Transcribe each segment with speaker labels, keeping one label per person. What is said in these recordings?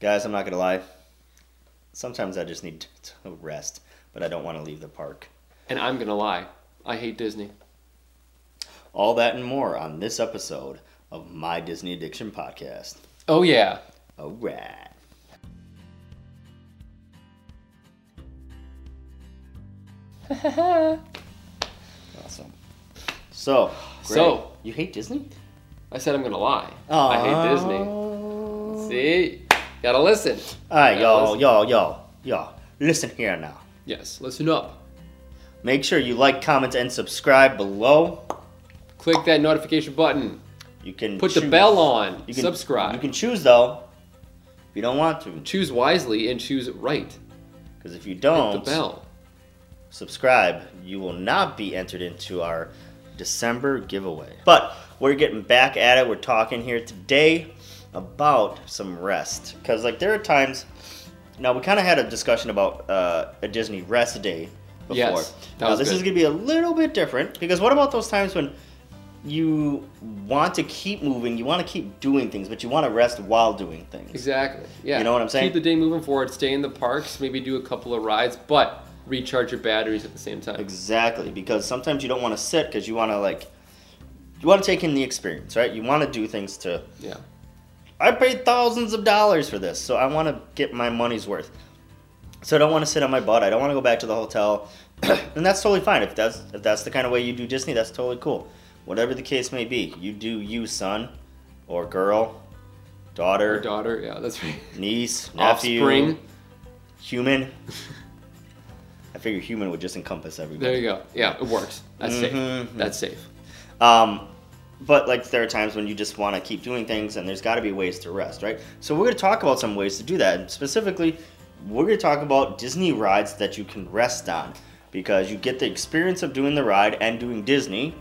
Speaker 1: Guys, I'm not gonna lie. Sometimes I just need to rest, but I don't want to leave the park.
Speaker 2: And I'm gonna lie, I hate Disney.
Speaker 1: All that and more on this episode of My Disney Addiction Podcast.
Speaker 2: Oh yeah.
Speaker 1: All right. awesome. So,
Speaker 2: So-
Speaker 1: Greg, you hate Disney?
Speaker 2: I said I'm gonna lie. I hate Disney. See? Gotta listen.
Speaker 1: All right,
Speaker 2: Yeah,
Speaker 1: y'all,
Speaker 2: listen.
Speaker 1: y'all, y'all, y'all. Listen here now.
Speaker 2: Yes, listen up.
Speaker 1: Make sure you like, comment, and subscribe below.
Speaker 2: Click that notification button.
Speaker 1: You can
Speaker 2: Put the
Speaker 1: choose-
Speaker 2: bell on.
Speaker 1: You can,
Speaker 2: Subscribe.
Speaker 1: You can choose though. If you don't want to,
Speaker 2: choose wisely and choose right.
Speaker 1: because if you
Speaker 2: The
Speaker 1: don't
Speaker 2: bell.
Speaker 1: subscribe, you will not be entered into our December giveaway. But we're getting back at it. We're talking here today about some rest, because like there are times. Now we kind of had a discussion about uh, a Disney rest day before.
Speaker 2: Yes, that
Speaker 1: now
Speaker 2: was
Speaker 1: this
Speaker 2: good.
Speaker 1: is going to be a little bit different because what about those times when you want to keep moving, you want to keep doing things, but you want to rest while doing things?
Speaker 2: Exactly. Yeah.
Speaker 1: You know what I'm saying?
Speaker 2: Keep the day moving forward. Stay in the parks. Maybe do a couple of rides, but recharge your batteries at the same time.
Speaker 1: Exactly, because sometimes you don't want to sit because you want to like, you want to take in the experience, right? You want to do things to.
Speaker 2: Yeah.
Speaker 1: I paid thousands of dollars for this, so I want to get my money's worth. So I don't want to sit on my butt. I don't want to go back to the hotel, and that's totally fine. If that's if that's the kind of way you do Disney, that's totally cool. Whatever the case may be, you do you, son, or girl,
Speaker 2: Your
Speaker 1: daughter,
Speaker 2: daughter. Yeah, that's right.
Speaker 1: niece, nephew,
Speaker 2: Offspring.
Speaker 1: human. I figure human would just encompass everybody.
Speaker 2: There you go. Yeah, it works. That's safe.
Speaker 1: Mhm.
Speaker 2: That's safe.
Speaker 1: Um, but like there are times when you just want to keep doing things, and there's got to be ways to rest, right? So we're going to talk about some ways to do that, and specifically, we're going to talk about Disney rides that you can rest on because you get the experience of doing the ride and doing Disney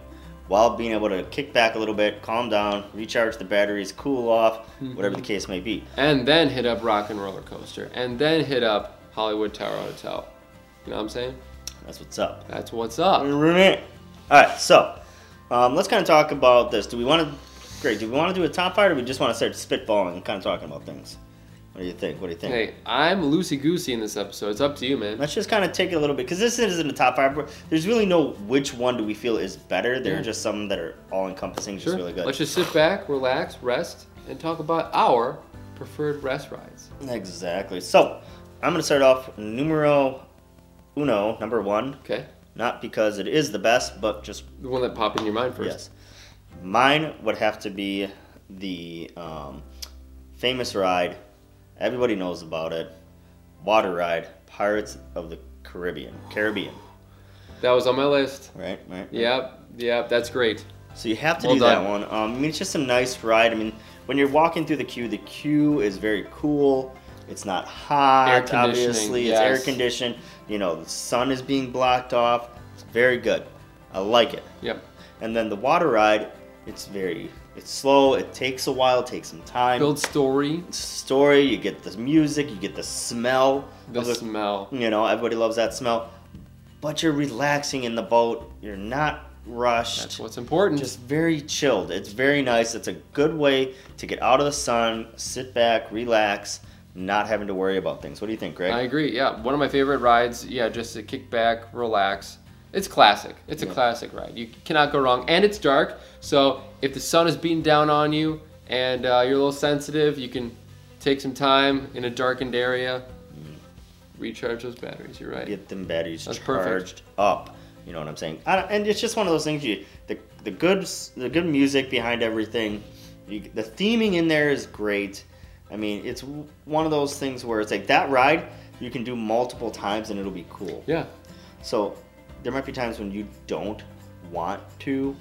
Speaker 1: while being able to kick back a little bit, calm down, recharge the batteries, cool off, whatever the case may be.
Speaker 2: And then hit up Rock and Roller Coaster. And then hit up Hollywood Tower Hotel. You know what I'm saying?
Speaker 1: That's what's up.
Speaker 2: That's what's up.
Speaker 1: All right, so um, let's kind of talk about this. Do we want to, great? Do we want to do a top five, or we just want to start spitballing and kind of talking about things? What do you think? What do you think?
Speaker 2: Hey, I'm loosey goosey in this episode. It's up to you, man.
Speaker 1: Let's just kind of take it a little bit because this isn't a top five. There's really no which one do we feel is better. There are
Speaker 2: Yeah.
Speaker 1: just some that are all encompassing, just
Speaker 2: Sure.
Speaker 1: really good.
Speaker 2: Let's just sit back, relax, rest, and talk about our preferred rest rides.
Speaker 1: Exactly. So I'm gonna start off numero uno, number one.
Speaker 2: Okay?
Speaker 1: Not because it is the best, but just
Speaker 2: The one that popped in your mind first.
Speaker 1: yes. Mine would have to be the um, famous ride. Everybody knows about it. Water ride, Pirates of the Caribbean. Caribbean,
Speaker 2: That was on my list.
Speaker 1: right? Right.
Speaker 2: Yep, yep, that's great.
Speaker 1: So you have to
Speaker 2: Well
Speaker 1: do
Speaker 2: done.
Speaker 1: that one. Um, I mean, it's just a nice ride. I mean, when you're walking through the queue, the queue is very cool. It's not
Speaker 2: Air
Speaker 1: hot,
Speaker 2: conditioning,
Speaker 1: obviously.
Speaker 2: yes.
Speaker 1: It's air conditioned. You know, the sun is being blocked off. It's very good. I like it.
Speaker 2: Yep.
Speaker 1: And then the water ride, it's very, it's slow. It takes a while. It takes some time.
Speaker 2: Build story,
Speaker 1: Story. You get the music. You get the smell.
Speaker 2: the
Speaker 1: of the-
Speaker 2: smell.
Speaker 1: you know, everybody loves that smell. But you're relaxing in the boat. You're not rushed
Speaker 2: That's what's important.
Speaker 1: just very chilled. It's very nice. It's a good way to get out of the sun, sit back, relax, not having to worry about things. What do you think, Greg?
Speaker 2: I agree. Yeah, one of my favorite rides. Yeah, just to kick back, relax. It's classic. It's a
Speaker 1: Yeah.
Speaker 2: classic ride. You cannot go wrong. And it's dark, so if the sun is beating down on you and uh, you're a little sensitive, you can take some time in a darkened area, recharge those batteries. You're right.
Speaker 1: get them batteries
Speaker 2: That's
Speaker 1: charged
Speaker 2: perfect.
Speaker 1: up. You know what I'm saying? I don't, and it's just one of those things. You the the good s- the good music behind everything. You, the theming in there is great. I mean, it's w- one of those things where it's like that ride you can do multiple times and it'll be cool.
Speaker 2: Yeah.
Speaker 1: So there might be times when you don't want to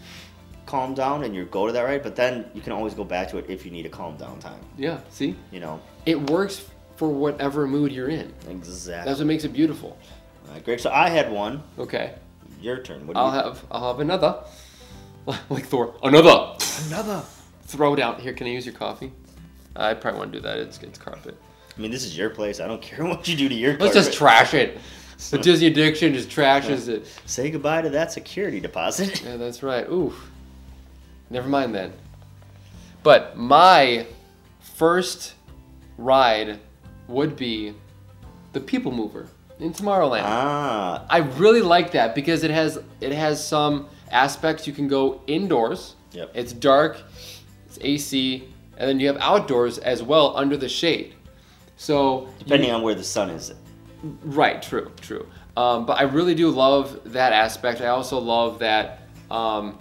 Speaker 1: calm down and you go to that right, but then you can always go back to it if you need a calm down time.
Speaker 2: Yeah. See,
Speaker 1: You know
Speaker 2: it works for whatever mood you're in.
Speaker 1: exactly.
Speaker 2: That's what makes it beautiful.
Speaker 1: All right, Greg. So I had one.
Speaker 2: Okay.
Speaker 1: Your turn. What do
Speaker 2: I'll
Speaker 1: you
Speaker 2: have I'll have another. Like Thor, another.
Speaker 1: another?
Speaker 2: Throw it out here. Can I use your coffee? I probably won't do that. It's it's carpet.
Speaker 1: I mean, this is your place. I don't care what you do to your.
Speaker 2: Let's just
Speaker 1: carpet.
Speaker 2: trash it. The Disney addiction just trashes it.
Speaker 1: Say goodbye to that security deposit.
Speaker 2: Yeah, that's right. Oof. Never mind then. But my first ride would be the People Mover in Tomorrowland.
Speaker 1: Ah,
Speaker 2: I really like that because it has it has some aspects you can go indoors.
Speaker 1: Yep.
Speaker 2: It's dark, it's AC, and then you have outdoors as well under the shade. So
Speaker 1: depending on where the sun is.
Speaker 2: Right, true, true. Um, but I really do love that aspect. I also love that. Um,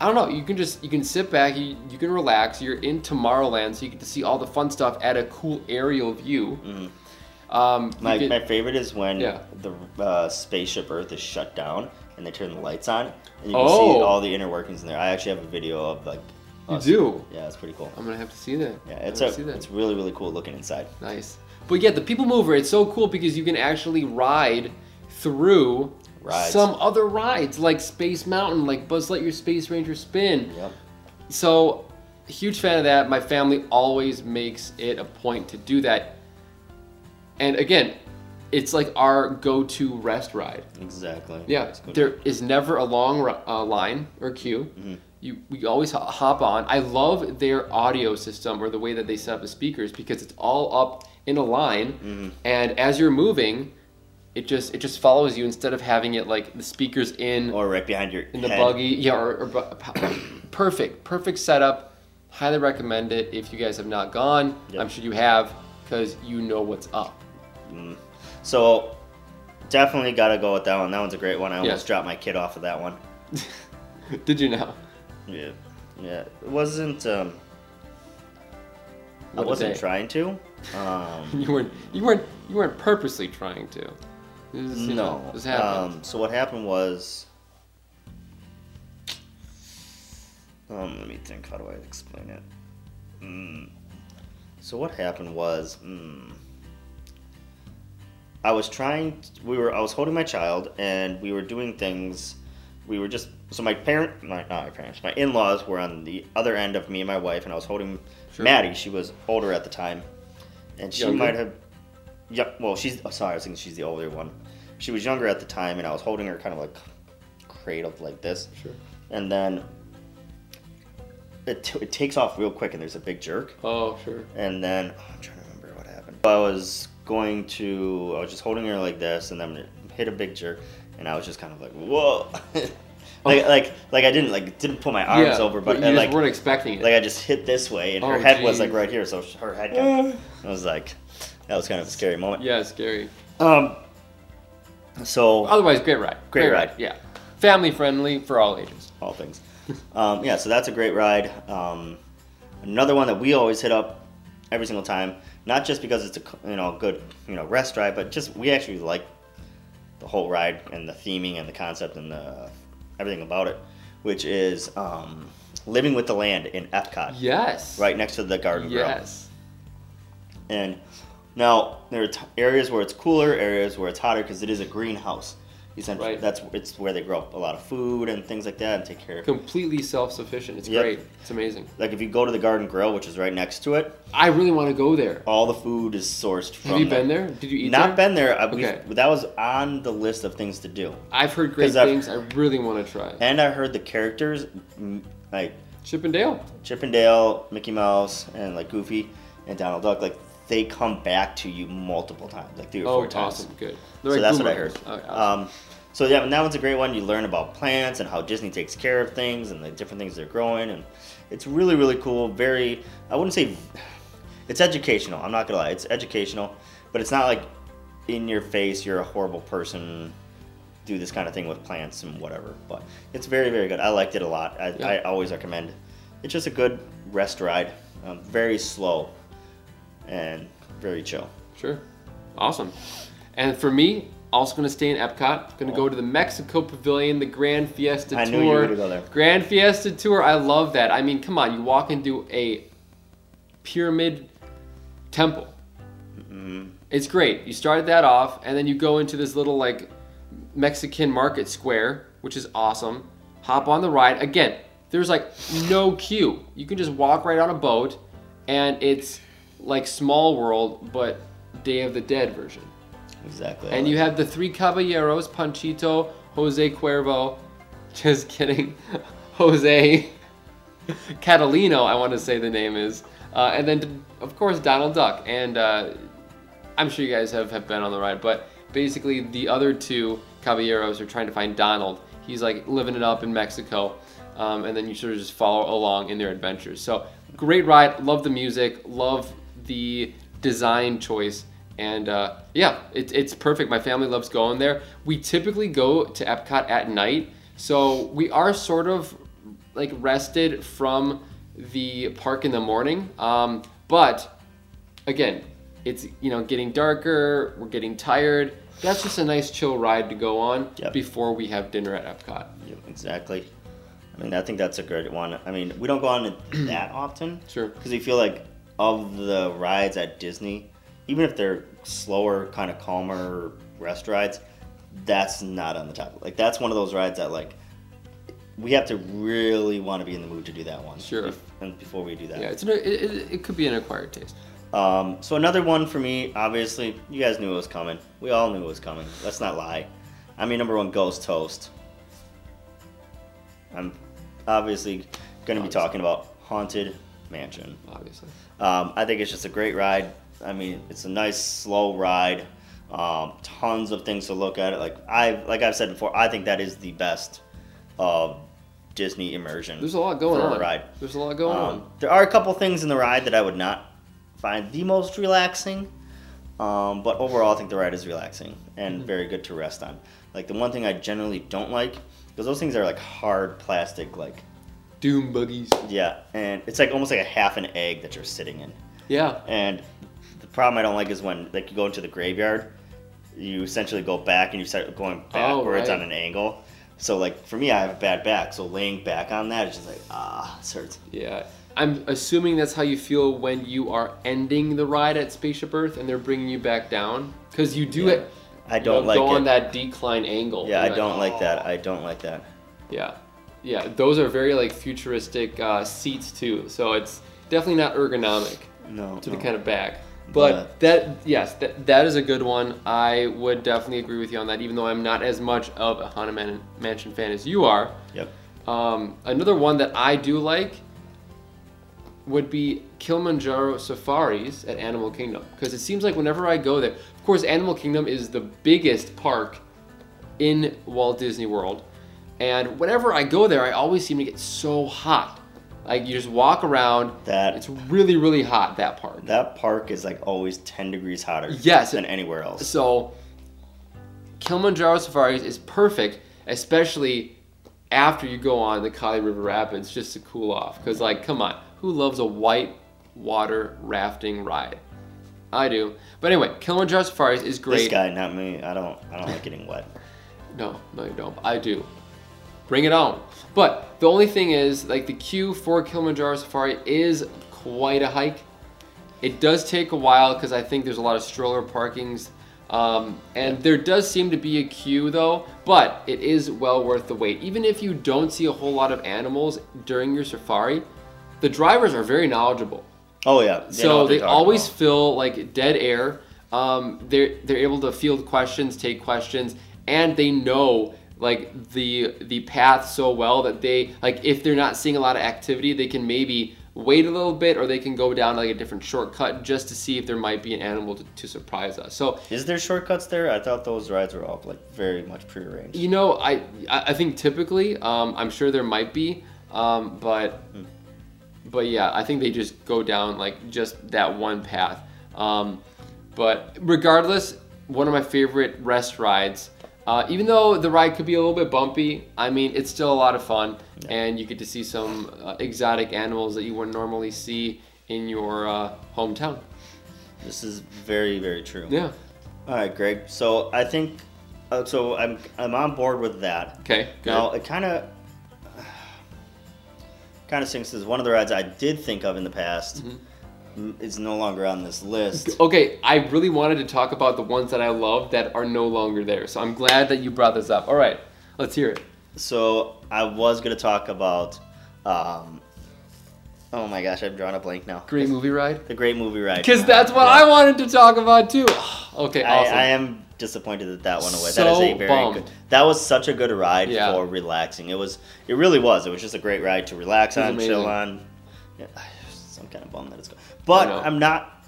Speaker 2: I don't know. You can just you can sit back, you, you can relax. You're in Tomorrowland, so you get to see all the fun stuff at a cool aerial view.
Speaker 1: Mm-hmm.
Speaker 2: Um, you
Speaker 1: My,
Speaker 2: get-
Speaker 1: my favorite is when
Speaker 2: Yeah.
Speaker 1: the uh, spaceship Earth is shut down and they turn the lights on, and you can see
Speaker 2: Oh.
Speaker 1: all the inner workings in there. I actually have a video of like.
Speaker 2: you
Speaker 1: us-
Speaker 2: do.
Speaker 1: Yeah, it's pretty cool.
Speaker 2: I'm gonna have to see that.
Speaker 1: Yeah, it's
Speaker 2: I'm
Speaker 1: a,
Speaker 2: gonna see that.
Speaker 1: it's really really cool looking inside.
Speaker 2: Nice. But yeah, the People Mover, it's so cool because you can actually ride through
Speaker 1: Rides.
Speaker 2: some other rides like Space Mountain, like Buzz Lightyear Space Ranger Spin.
Speaker 1: Yep.
Speaker 2: So, huge fan of that. My family always makes it a point to do that. And again, it's like our go to rest ride.
Speaker 1: Exactly.
Speaker 2: Yeah,
Speaker 1: It's good. Mm-hmm.
Speaker 2: there is never a long ru- uh, line or queue. You we always ho- hop on. I love their audio system or the way that they set up the speakers because it's all up in a line,
Speaker 1: Mm-hmm.
Speaker 2: and as you're moving, it just it just follows you instead of having it like the speakers in
Speaker 1: Or right behind your
Speaker 2: in the
Speaker 1: head.
Speaker 2: buggy. Yeah, or, or bu- perfect, perfect setup. Highly recommend it if you guys have not gone.
Speaker 1: Yep.
Speaker 2: I'm sure you have because you know what's up.
Speaker 1: So definitely got to go with that one. That one's a great one. I
Speaker 2: Yeah.
Speaker 1: almost dropped my kid off of that one.
Speaker 2: Did you know?
Speaker 1: Yeah. Yeah. It wasn't. Um, I
Speaker 2: What a
Speaker 1: wasn't
Speaker 2: day.
Speaker 1: trying to. Um,
Speaker 2: You weren't you weren't you weren't purposely trying to. This is, you know,
Speaker 1: no.
Speaker 2: this happened.
Speaker 1: Um, so what happened was. Um, let me think. How do I explain it? Mm. So what happened was, mm, I was trying. we were. I was holding my child, and we were doing things. We were just. So my parent, my, not my parents, my in-laws were on the other end of me and my wife, and I was holding
Speaker 2: Sure.
Speaker 1: Maddie. She was older at the time, and she
Speaker 2: Younger?
Speaker 1: might have. Yep. Well, she's. oh, sorry, I was thinking she's the older one. She was younger at the time, and I was holding her kind of like cradled like this,
Speaker 2: sure.
Speaker 1: and then it, t- it takes off real quick, and there's a big jerk
Speaker 2: Oh, sure.
Speaker 1: and then oh, I'm trying to remember what happened. I was going to, I was just holding her like this, and then it hit a big jerk, and I was just kind of like, whoa, like, like, like I didn't like didn't put my arms over, but,
Speaker 2: Oh. you
Speaker 1: I,
Speaker 2: just
Speaker 1: like,
Speaker 2: weren't expecting it.
Speaker 1: like I just hit this way, and her
Speaker 2: Oh,
Speaker 1: head was like
Speaker 2: geez.
Speaker 1: right here, so her head. Got, I was like, that was kind of a scary moment.
Speaker 2: yeah, scary.
Speaker 1: Um. So
Speaker 2: Otherwise, great ride.
Speaker 1: Great ride.
Speaker 2: Yeah, family friendly for all ages.
Speaker 1: all things. Um, yeah, so that's a great ride. Um, another one that we always hit up every single time, not just because it's a c- you know good you know rest ride, but just we actually like the whole ride and the theming and the concept and the everything about it, which is um, living with the land in Epcot,
Speaker 2: Yes.
Speaker 1: right next to the Garden Grill.
Speaker 2: Yes.
Speaker 1: And now there are t- areas where it's cooler, areas where it's hotter because it is a greenhouse. Essentially,
Speaker 2: Right.
Speaker 1: that's it's where they grow up a lot of food and things like that and take care of.
Speaker 2: Completely self sufficient. It's
Speaker 1: Yep.
Speaker 2: great. It's amazing.
Speaker 1: Like if you go to the Garden Grill, which is right next to it,
Speaker 2: I really want to go there.
Speaker 1: all the food is sourced from.
Speaker 2: Have you been there? Did you eat
Speaker 1: Oh, Not
Speaker 2: there?
Speaker 1: been there. I, okay.
Speaker 2: Okay.
Speaker 1: That was on the list of things to do,
Speaker 2: I've heard great
Speaker 1: 'Cause I've-
Speaker 2: things. I really want to try.
Speaker 1: and I heard the characters mm, like
Speaker 2: Chip and Dale.
Speaker 1: Chip and Dale, Mickey Mouse, and like Goofy and Donald Duck. Like they come back to you multiple times, like three or
Speaker 2: Oh,
Speaker 1: four times.
Speaker 2: awesome. Good.
Speaker 1: So that's what I heard.
Speaker 2: Um,
Speaker 1: Um, so yeah, and that one's a great one. You learn about plants and how Disney takes care of things and the different things they're growing, and it's really really cool. Very, I wouldn't say it's educational. I'm not gonna lie, it's educational, but it's not like in your face. You're a horrible person. Do this kind of thing with plants and whatever, but it's very very good. I liked it a lot. I,
Speaker 2: Yeah.
Speaker 1: I always recommend. It's just a good rest ride. Um, very slow and very chill.
Speaker 2: sure. Awesome. And for me, also going to stay in Epcot. Going to go to the Mexico Pavilion, the Grand Fiesta
Speaker 1: I
Speaker 2: Tour.
Speaker 1: knew you were gonna go there.
Speaker 2: Grand Fiesta Tour. I love that. I mean, come on. You walk into a pyramid temple.
Speaker 1: Mm-hmm.
Speaker 2: It's great. You start that off, and then you go into this little like Mexican market square, which is awesome. Hop on the ride. Again, there's like no queue. You can just walk right on a boat, and it's like Small World, but Day of the Dead version.
Speaker 1: Exactly. I
Speaker 2: And you
Speaker 1: like-
Speaker 2: have the three caballeros Panchito, Jose Cuervo. Just kidding. Jose Catalino, I want to say the name is. Uh, and then, of course, Donald Duck. And uh, I'm sure you guys have, have been on the ride, but basically, the other two caballeros are trying to find Donald. He's like living it up in Mexico. Um, and then you sort of just follow along in their adventures. So, great ride. Love the music. Love the design choice. And uh, yeah, it, it's perfect. My family loves going there. We typically go to Epcot at night. So, we are sort of like rested from the park in the morning. Um, but again, it's you know getting darker. We're getting tired. That's just a nice chill ride to go on
Speaker 1: Yep.
Speaker 2: before we have dinner at Epcot.
Speaker 1: Yeah, exactly. I mean, I think that's a great one. I mean, we don't go on it that often
Speaker 2: Sure.
Speaker 1: because we feel like of the rides at Disney, even if they're slower, kind of calmer rest rides, that's not on the top. Like that's one of those rides that like we have to really want to be in the mood to do that one.
Speaker 2: Sure.
Speaker 1: bef- and before we do that,
Speaker 2: Yeah, it's an, it, it, it could be an acquired taste.
Speaker 1: Um, so another one for me, obviously, you guys knew it was coming. We all knew it was coming. Let's not lie. I mean, number one, Ghost Toast. I'm obviously going to be talking about Haunted Mansion.
Speaker 2: Obviously.
Speaker 1: Um, I think it's just a great ride. I mean, it's a nice slow ride. Um, tons of things to look at. Like I, like I've said before, I think that is the best uh, Disney immersion.
Speaker 2: There's a lot going
Speaker 1: for a
Speaker 2: on.
Speaker 1: ride.
Speaker 2: There's a lot going
Speaker 1: Um,
Speaker 2: on.
Speaker 1: there are a couple things in the ride that I would not find the most relaxing, um, but overall, I think the ride is relaxing and very good to rest on. Like the one thing I generally don't like because those things are like hard plastic, like
Speaker 2: Doom buggies.
Speaker 1: yeah, and it's like almost like a half an egg that you're sitting in.
Speaker 2: Yeah.
Speaker 1: And the problem I don't like is when like you go into the graveyard, you essentially go back and you start going backwards
Speaker 2: right.
Speaker 1: on an angle. So like for me, I have a bad back, so laying back on that is just like ah, this hurts.
Speaker 2: Yeah. I'm assuming that's how you feel when you are ending the ride at Spaceship Earth and they're bringing you back down because you do
Speaker 1: Yeah.
Speaker 2: it.
Speaker 1: I
Speaker 2: you
Speaker 1: don't
Speaker 2: know,
Speaker 1: like
Speaker 2: go
Speaker 1: it.
Speaker 2: on that decline angle.
Speaker 1: Yeah, I
Speaker 2: You're
Speaker 1: don't like
Speaker 2: "Oh."
Speaker 1: that. I don't like that.
Speaker 2: Yeah, yeah. Those are very like futuristic uh, seats too. So it's definitely not ergonomic
Speaker 1: No.
Speaker 2: to
Speaker 1: no.
Speaker 2: the kind of back.
Speaker 1: Yeah.
Speaker 2: But that yes, that, that is a good one. I would definitely agree with you on that. Even though I'm not as much of a Haunted Man- Mansion fan as you are,
Speaker 1: Yep.
Speaker 2: um, another one that I do like would be Kilimanjaro safaris at Animal Kingdom because it seems like whenever I go there, of course, Animal Kingdom is the biggest park in Walt Disney World, and whenever I go there, I always seem to get so hot. Like you just walk around,
Speaker 1: That-
Speaker 2: it's really really hot that park.
Speaker 1: That park is like always 10 degrees hotter
Speaker 2: Yes.
Speaker 1: than anywhere else.
Speaker 2: So Kilimanjaro Safaris is perfect, especially after you go on the Kali River Rapids just to cool off. Cause like, come on, who loves a white water rafting ride? I do. But anyway, Kilimanjaro Safaris
Speaker 1: This
Speaker 2: is great.
Speaker 1: guy, not me. I don't I don't like getting wet.
Speaker 2: No, no, you don't. I do. Bring it on. But the only thing is, like, the queue for Kilimanjaro Safari is quite a hike. It does take a while because I think there's a lot of stroller parkings. Um, and there does seem to be a queue, though, but it is well worth the wait. Even if you don't see a whole lot of animals during your safari, the drivers are very knowledgeable.
Speaker 1: Oh yeah. know
Speaker 2: So
Speaker 1: what they're
Speaker 2: they
Speaker 1: talking
Speaker 2: always
Speaker 1: about.
Speaker 2: fill like dead air. Um, they're they're able to field questions, take questions, and they know like the the path so well that they like if they're not seeing a lot of activity, they can maybe wait a little bit or they can go down like a different shortcut just to see if there might be an animal to, to surprise us. So
Speaker 1: Is there shortcuts there? I thought those rides were all like very much prearranged.
Speaker 2: you know, I I I think typically um, I'm sure there might be, um, but but yeah, I think they just go down like just that one path. Um, but regardless, one of my favorite rest rides. Uh, even though the ride could be a little bit bumpy, I mean it's still a lot of fun, and you get to see some uh, exotic animals that you wouldn't normally see in your uh, hometown.
Speaker 1: This is very very true.
Speaker 2: Yeah.
Speaker 1: All right, Greg. So I think uh, so I'm I'm on board with that.
Speaker 2: Okay. Good.
Speaker 1: Now it kind of kind of sinks is one of the rides I did think of in the past.
Speaker 2: Mm-hmm.
Speaker 1: m It's no longer on this list.
Speaker 2: Okay, I really wanted to talk about the ones that I love that are no longer there. So I'm glad that you brought this up. All right, let's hear it.
Speaker 1: So I was gonna talk about, um, oh my gosh, I've drawn a blank now.
Speaker 2: Great movie ride.
Speaker 1: The great movie ride.
Speaker 2: Because that's what I wanted to talk about too. Okay,
Speaker 1: I,
Speaker 2: awesome.
Speaker 1: I am disappointed that that went away. that is
Speaker 2: So
Speaker 1: a very
Speaker 2: bummed.
Speaker 1: good. That was such a good ride
Speaker 2: Yeah.
Speaker 1: for relaxing. It was. It really was. It was just a great ride to relax
Speaker 2: It was
Speaker 1: on, chill on.
Speaker 2: amazing.
Speaker 1: Yeah, Some kind of bummed that it's gone. But
Speaker 2: know.
Speaker 1: I'm not.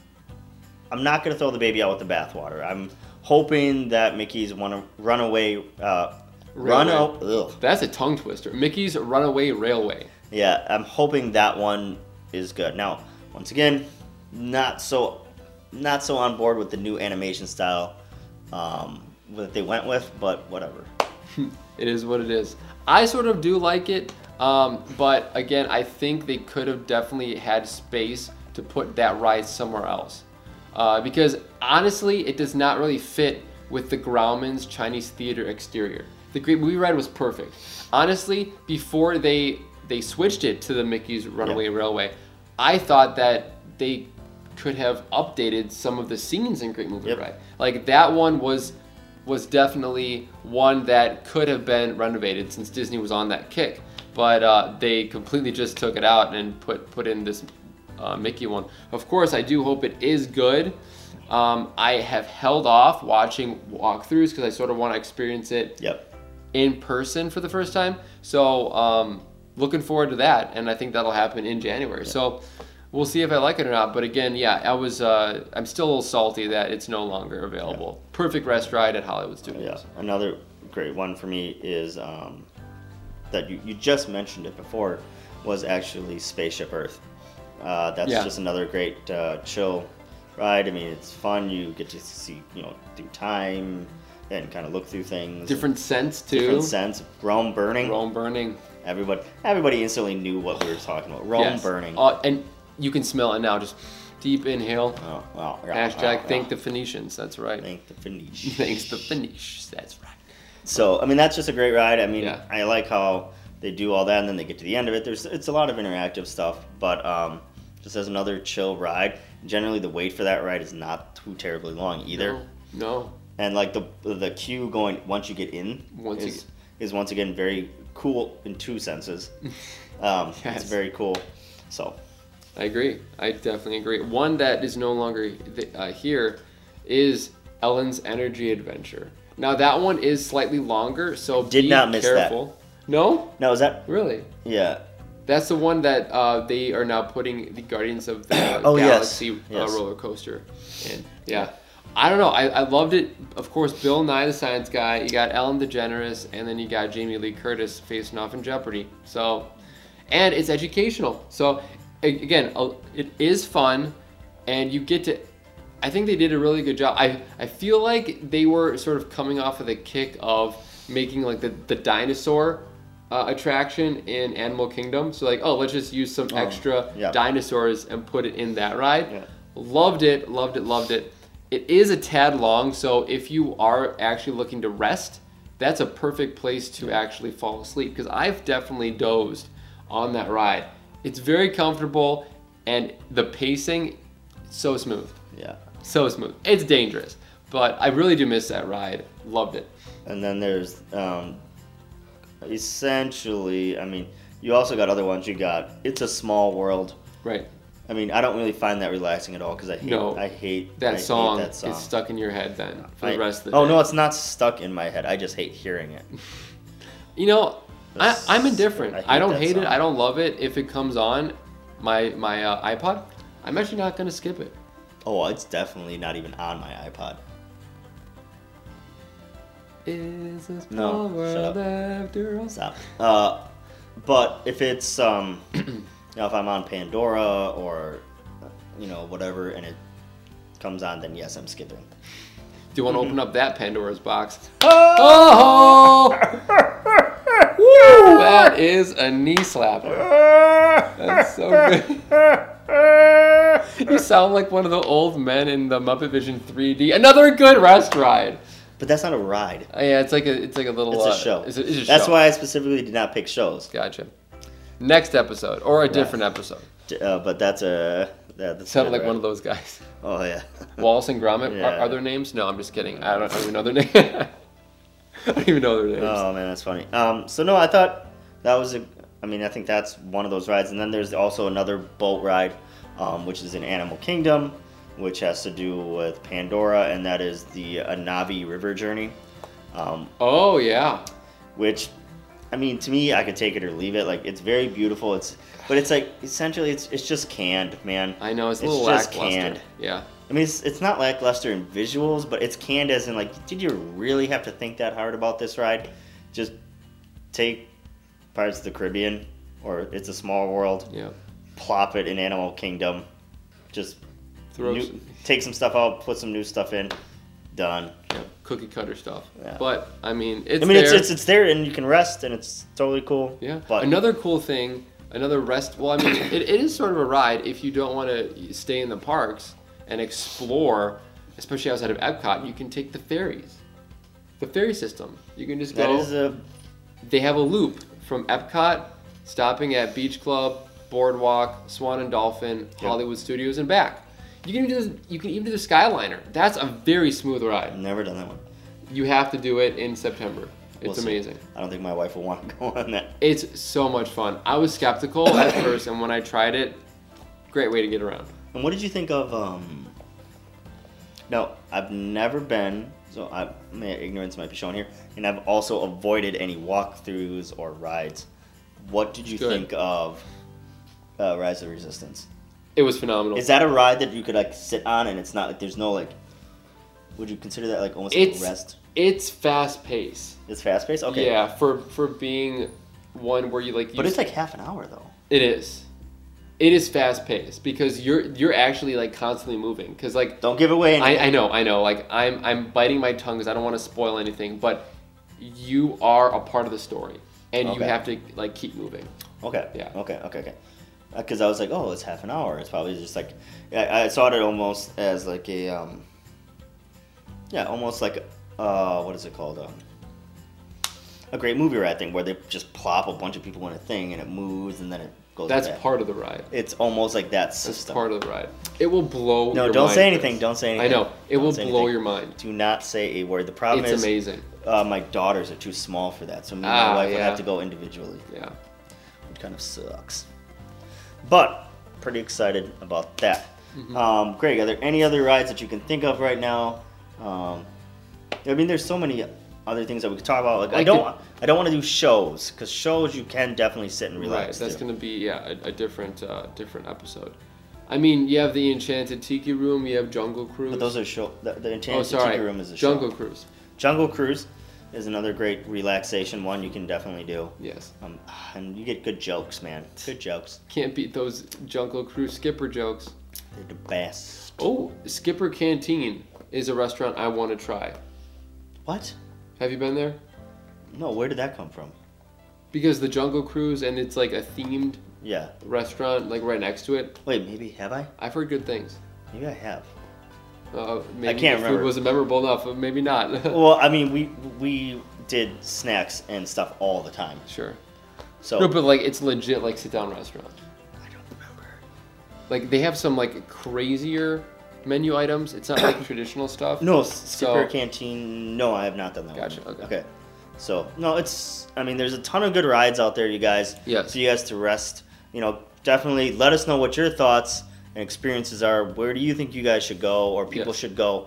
Speaker 1: I'm not gonna throw the baby out with the bathwater. I'm hoping that Mickey's wanna runaway. Uh, run
Speaker 2: Railway.
Speaker 1: up. Ugh.
Speaker 2: That's a tongue twister. Mickey's Runaway Railway.
Speaker 1: Yeah, I'm hoping that one is good. Now, once again, not so not so on board with the new animation style um, that they went with, but whatever.
Speaker 2: It is what it is. I sort of do like it, um, but again, I think they could have definitely had space to put that ride somewhere else. Uh, because honestly, it does not really fit with the Grauman's Chinese theater exterior. The Great Movie Ride was perfect. Honestly, before they they switched it to the Mickey's Runaway Railway, I thought that they could have updated some of the scenes in Great Movie
Speaker 1: Yep.
Speaker 2: Ride. Like that one was was definitely one that could have been renovated since Disney was on that kick. But uh, they completely just took it out and put put in this uh, Mickey one. Of course, I do hope it is good. Um, I have held off watching walkthroughs because I sort of want to experience it
Speaker 1: Yep.
Speaker 2: in person for the first time. So um, looking forward to that, and I think that'll happen in January. So we'll see if I like it or not. But again, yeah, I was uh, I'm still a little salty that it's no longer available. Perfect rest ride at Hollywood
Speaker 1: Yeah.
Speaker 2: Studios.
Speaker 1: Another great one for me is um, that you, you just mentioned it before was actually Spaceship Earth. Uh, that's
Speaker 2: Yeah.
Speaker 1: just another great uh, chill ride. I mean, it's fun. You get to see you know through time and kind of look through things.
Speaker 2: Different sense too.
Speaker 1: Different sense. Rome burning.
Speaker 2: Rome burning.
Speaker 1: Everybody, everybody instantly knew what we were talking about. Rome
Speaker 2: Yes.
Speaker 1: burning.
Speaker 2: Uh, and you can smell it now. Just deep inhale.
Speaker 1: Oh, wow, Oh, yeah,
Speaker 2: Hashtag
Speaker 1: wow,
Speaker 2: thank
Speaker 1: wow.
Speaker 2: the Phoenicians. That's right.
Speaker 1: thank the Phoenicians.
Speaker 2: Thanks the Phoenicians. That's right.
Speaker 1: So I mean, that's just a great ride. I mean,
Speaker 2: Yeah.
Speaker 1: I like how they do all that, and then they get to the end of it. There's it's a lot of interactive stuff, but um, just as another chill ride. Generally, the wait for that ride is not too terribly long either.
Speaker 2: No.
Speaker 1: And like the the queue going once you get in
Speaker 2: Once you
Speaker 1: is is once again very cool in two senses. Um,
Speaker 2: Yes.
Speaker 1: It's very cool. So
Speaker 2: I agree. I definitely agree. One that is no longer th- uh, here is Ellen's Energy Adventure. Now that one is slightly longer, so
Speaker 1: Did
Speaker 2: be
Speaker 1: not miss that.
Speaker 2: careful. No,
Speaker 1: now is that
Speaker 2: really.
Speaker 1: yeah?
Speaker 2: That's the one that uh, they are now putting the Guardians of the
Speaker 1: Oh, yes.
Speaker 2: Galaxy
Speaker 1: Yes.
Speaker 2: Uh, roller coaster in. Yeah. I don't know. I, I loved it. Of course, Bill Nye the Science Guy. You got Ellen DeGeneres, and then you got Jamie Lee Curtis facing off in Jeopardy. So, and it's educational. So, a- again, a- it is fun, and you get to. I think they did a really good job. I I feel like they were sort of coming off of the kick of making like the the dinosaur uh, attraction in Animal Kingdom. So like, oh, let's just use some extra
Speaker 1: yeah.
Speaker 2: dinosaurs and put it in that ride.
Speaker 1: Yeah.
Speaker 2: Loved it, loved it, loved it. It is a tad long, so if you are actually looking to rest, that's a perfect place to actually fall asleep because I've definitely dozed on that ride. It's very comfortable and the pacing so smooth.
Speaker 1: Yeah.
Speaker 2: So smooth. It's dangerous, but I really do miss that ride. Loved it.
Speaker 1: And then there's um, essentially, I mean, you also got other ones. You got It's a Small World.
Speaker 2: Right.
Speaker 1: I mean, I don't really find that relaxing at all because I hate,
Speaker 2: No.
Speaker 1: I hate I
Speaker 2: That,
Speaker 1: hate
Speaker 2: song is stuck in your head then for
Speaker 1: I-
Speaker 2: the rest of the
Speaker 1: oh
Speaker 2: day.
Speaker 1: no, it's not stuck in my head. I just hate hearing it.
Speaker 2: You know, I,
Speaker 1: That's-
Speaker 2: I'm indifferent.
Speaker 1: I hate
Speaker 2: I, don't
Speaker 1: that
Speaker 2: hate
Speaker 1: song.
Speaker 2: it. I don't love it. If it comes on my my uh, iPod, I'm actually not gonna skip it.
Speaker 1: Oh, it's definitely not even on my iPod.
Speaker 2: Is this
Speaker 1: No,
Speaker 2: no,
Speaker 1: shut up.
Speaker 2: world after all?
Speaker 1: Stop. Uh, but if it's um, you know, if I'm on Pandora or you know whatever, and it comes on, then yes, I'm skipping.
Speaker 2: Do you want to
Speaker 1: Mm-hmm.
Speaker 2: open up that Pandora's box? Oh! Woo! That is a knee slapper. That's so good. You sound like one of the old men in the Muppet Vision 3D. Another good rest ride.
Speaker 1: But that's not a ride.
Speaker 2: Uh, yeah, it's like a it's like a little.
Speaker 1: It's
Speaker 2: uh,
Speaker 1: a show.
Speaker 2: It's a, it's a
Speaker 1: That's
Speaker 2: show.
Speaker 1: why I specifically did not pick shows.
Speaker 2: Gotcha. Next episode or a different episode.
Speaker 1: D- Uh, but that's a that, that's
Speaker 2: Sounded like one of those guys.
Speaker 1: Oh yeah.
Speaker 2: Wallace and Gromit
Speaker 1: Yeah.
Speaker 2: are, are their names? No, I'm just kidding. I don't, I don't even know their name. I don't even know their names.
Speaker 1: oh man, that's funny. Um, so no, I thought that was a. I mean, I think that's one of those rides. And then there's also another boat ride, um, which is in Animal Kingdom, which has to do with Pandora, and that is the Anavi River Journey, um,
Speaker 2: oh yeah,
Speaker 1: which I mean, to me, I could take it or leave it. Like, it's very beautiful. It's, but it's like essentially, it's it's just canned, man.
Speaker 2: I know it's a
Speaker 1: It's
Speaker 2: little
Speaker 1: just
Speaker 2: lackluster.
Speaker 1: canned.
Speaker 2: Yeah.
Speaker 1: I mean, it's it's not lackluster in visuals, but it's canned as in like, did you really have to think that hard about this ride? Just take Pirates of the Caribbean or It's a Small World,
Speaker 2: Yeah.
Speaker 1: plop it in Animal Kingdom, just
Speaker 2: Throw
Speaker 1: new-
Speaker 2: some-
Speaker 1: take some stuff out, put some new stuff in, done.
Speaker 2: yeah, cookie cutter stuff.
Speaker 1: Yeah.
Speaker 2: But I mean, it's
Speaker 1: I mean, it's,
Speaker 2: there.
Speaker 1: it's it's there and you can rest and it's totally cool.
Speaker 2: yeah.
Speaker 1: but
Speaker 2: another cool thing, another rest. Well, I mean, it, it is sort of a ride if you don't want to stay in the parks and explore, especially outside of Epcot. You can take the ferries, the ferry system. You can just
Speaker 1: that
Speaker 2: go.
Speaker 1: is a
Speaker 2: they have a loop from Epcot, stopping at Beach Club, Boardwalk, Swan and Dolphin, Hollywood Studios, and back. You can even do this, you can even do the Skyliner. That's a very smooth
Speaker 1: I've
Speaker 2: ride.
Speaker 1: never done that one.
Speaker 2: You have to do it in September. It's
Speaker 1: We'll see.
Speaker 2: amazing.
Speaker 1: I don't think my wife will want to go on that.
Speaker 2: It's so much fun. I was skeptical at first, and when I tried it, great way to get around.
Speaker 1: And what did you think of? um No, I've never been. So I, my ignorance might be shown here, and I've also avoided any walkthroughs or rides. What did you
Speaker 2: Good.
Speaker 1: think of uh, Rise of Resistance?
Speaker 2: It was phenomenal.
Speaker 1: Is that a ride that you could like sit on, and it's not like there's no like? Would you consider that like almost
Speaker 2: It's-
Speaker 1: like a rest?
Speaker 2: it's fast paced.
Speaker 1: It's fast paced. Okay.
Speaker 2: Yeah, for for being one where you like. You
Speaker 1: But it's like half an hour though.
Speaker 2: It is. It is fast paced because you're you're actually like constantly moving because like
Speaker 1: Don't give away. Any-
Speaker 2: I, I know I know like I'm I'm biting my tongue because I don't want to spoil anything but you are a part of the story and you
Speaker 1: Okay.
Speaker 2: have to like keep moving
Speaker 1: Okay.
Speaker 2: Yeah.
Speaker 1: Okay. Okay. Okay. Because I was like, oh, it's half an hour. It's probably just like, I, I saw it almost as like a, um, yeah, almost like, uh, what is it called? Um, a great movie ride thing where they just plop a bunch of people in a thing and it moves and then it goes.
Speaker 2: that's
Speaker 1: back.
Speaker 2: part of the ride
Speaker 1: It's almost like that
Speaker 2: that's
Speaker 1: system.
Speaker 2: part of the ride it will blow
Speaker 1: no,
Speaker 2: your
Speaker 1: don't
Speaker 2: mind,
Speaker 1: say anything.
Speaker 2: Chris.
Speaker 1: Don't say
Speaker 2: I
Speaker 1: anything.
Speaker 2: know it
Speaker 1: Don't
Speaker 2: will blow
Speaker 1: say anything.
Speaker 2: your mind
Speaker 1: Do not say a word. The problem
Speaker 2: it's
Speaker 1: is,
Speaker 2: amazing
Speaker 1: uh, my daughters are too small for that, so me and
Speaker 2: Ah,
Speaker 1: my wife would
Speaker 2: yeah.
Speaker 1: have to go individually.
Speaker 2: yeah
Speaker 1: It kind of sucks. But pretty excited about that.
Speaker 2: Mm-hmm.
Speaker 1: Um, Greg, are there any other rides that you can think of right now? Um, I mean, there's so many other things that we could talk about. Like, I,
Speaker 2: I
Speaker 1: don't, I don't want to do shows because shows you can definitely sit and
Speaker 2: right
Speaker 1: relax.
Speaker 2: that's
Speaker 1: to.
Speaker 2: gonna be yeah a, a different uh, different episode I mean you have the Enchanted Tiki Room you have Jungle Cruise
Speaker 1: But those are show. The, the
Speaker 2: oh
Speaker 1: Enchanted
Speaker 2: sorry
Speaker 1: Tiki Room is a
Speaker 2: Jungle
Speaker 1: show.
Speaker 2: Cruise
Speaker 1: Jungle Cruise is another great relaxation one you can definitely do.
Speaker 2: yes
Speaker 1: Um, and you get good jokes, man. Good jokes.
Speaker 2: can't beat those Jungle Cruise skipper jokes.
Speaker 1: They're the best.
Speaker 2: Oh, Skipper Canteen is a restaurant I want to try.
Speaker 1: What?
Speaker 2: Have you been there?
Speaker 1: No, where did that come from?
Speaker 2: Because the Jungle Cruise and it's like a themed
Speaker 1: Yeah.
Speaker 2: restaurant like right next to it.
Speaker 1: Wait, maybe have I?
Speaker 2: I've heard good things.
Speaker 1: Maybe I have.
Speaker 2: Uh, maybe
Speaker 1: can't
Speaker 2: the food
Speaker 1: remember. Oh.
Speaker 2: wasn't memorable enough, but maybe not.
Speaker 1: Well, I mean, we we did snacks and stuff all the time.
Speaker 2: sure.
Speaker 1: So
Speaker 2: No, but like it's legit like sit down restaurant.
Speaker 1: I don't remember.
Speaker 2: Like they have some like crazier menu items. It's not like traditional stuff.
Speaker 1: No, Skipper
Speaker 2: So-
Speaker 1: Canteen. No, I have not done that.
Speaker 2: Gotcha,
Speaker 1: One.
Speaker 2: okay.
Speaker 1: So no, it's. I mean, there's a ton of good rides out there, you guys.
Speaker 2: Yes.
Speaker 1: So you guys to rest. You know, definitely let us know what your thoughts and experiences are. Where do you think you guys should go, or people
Speaker 2: Yes.
Speaker 1: should go,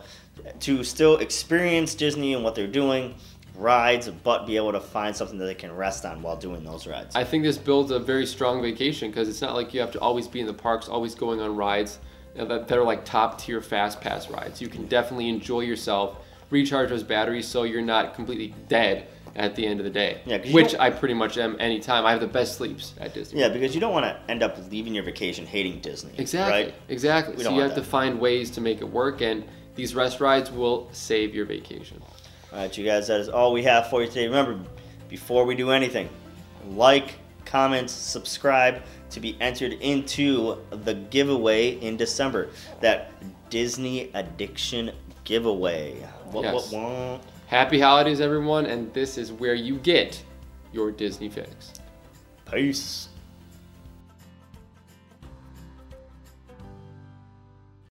Speaker 1: to still experience Disney and what they're doing, rides, but be able to find something that they can rest on while doing those rides.
Speaker 2: I think this builds a very strong vacation because it's not like you have to always be in the parks, always going on rides you know, that they're like top tier fast pass rides. You can definitely enjoy yourself, recharge those batteries so you're not completely dead at the end of the day.
Speaker 1: Yeah, 'cause you
Speaker 2: which
Speaker 1: don't-
Speaker 2: I pretty much am anytime. I have the best sleeps at Disney.
Speaker 1: Yeah, because you don't want to end up leaving your vacation hating Disney.
Speaker 2: Exactly.
Speaker 1: Right?
Speaker 2: Exactly.
Speaker 1: We
Speaker 2: so
Speaker 1: don't
Speaker 2: you
Speaker 1: want
Speaker 2: have to
Speaker 1: that.
Speaker 2: find ways to make it work and these rest rides will save your vacation.
Speaker 1: All right, you guys, that is all we have for you today. Remember, before we do anything, like, comment, subscribe to be entered into the giveaway in December. That Disney addiction giveaway. What,
Speaker 2: Yes.
Speaker 1: what, what?
Speaker 2: Happy holidays everyone and this is where you get your Disney fix.
Speaker 1: Peace.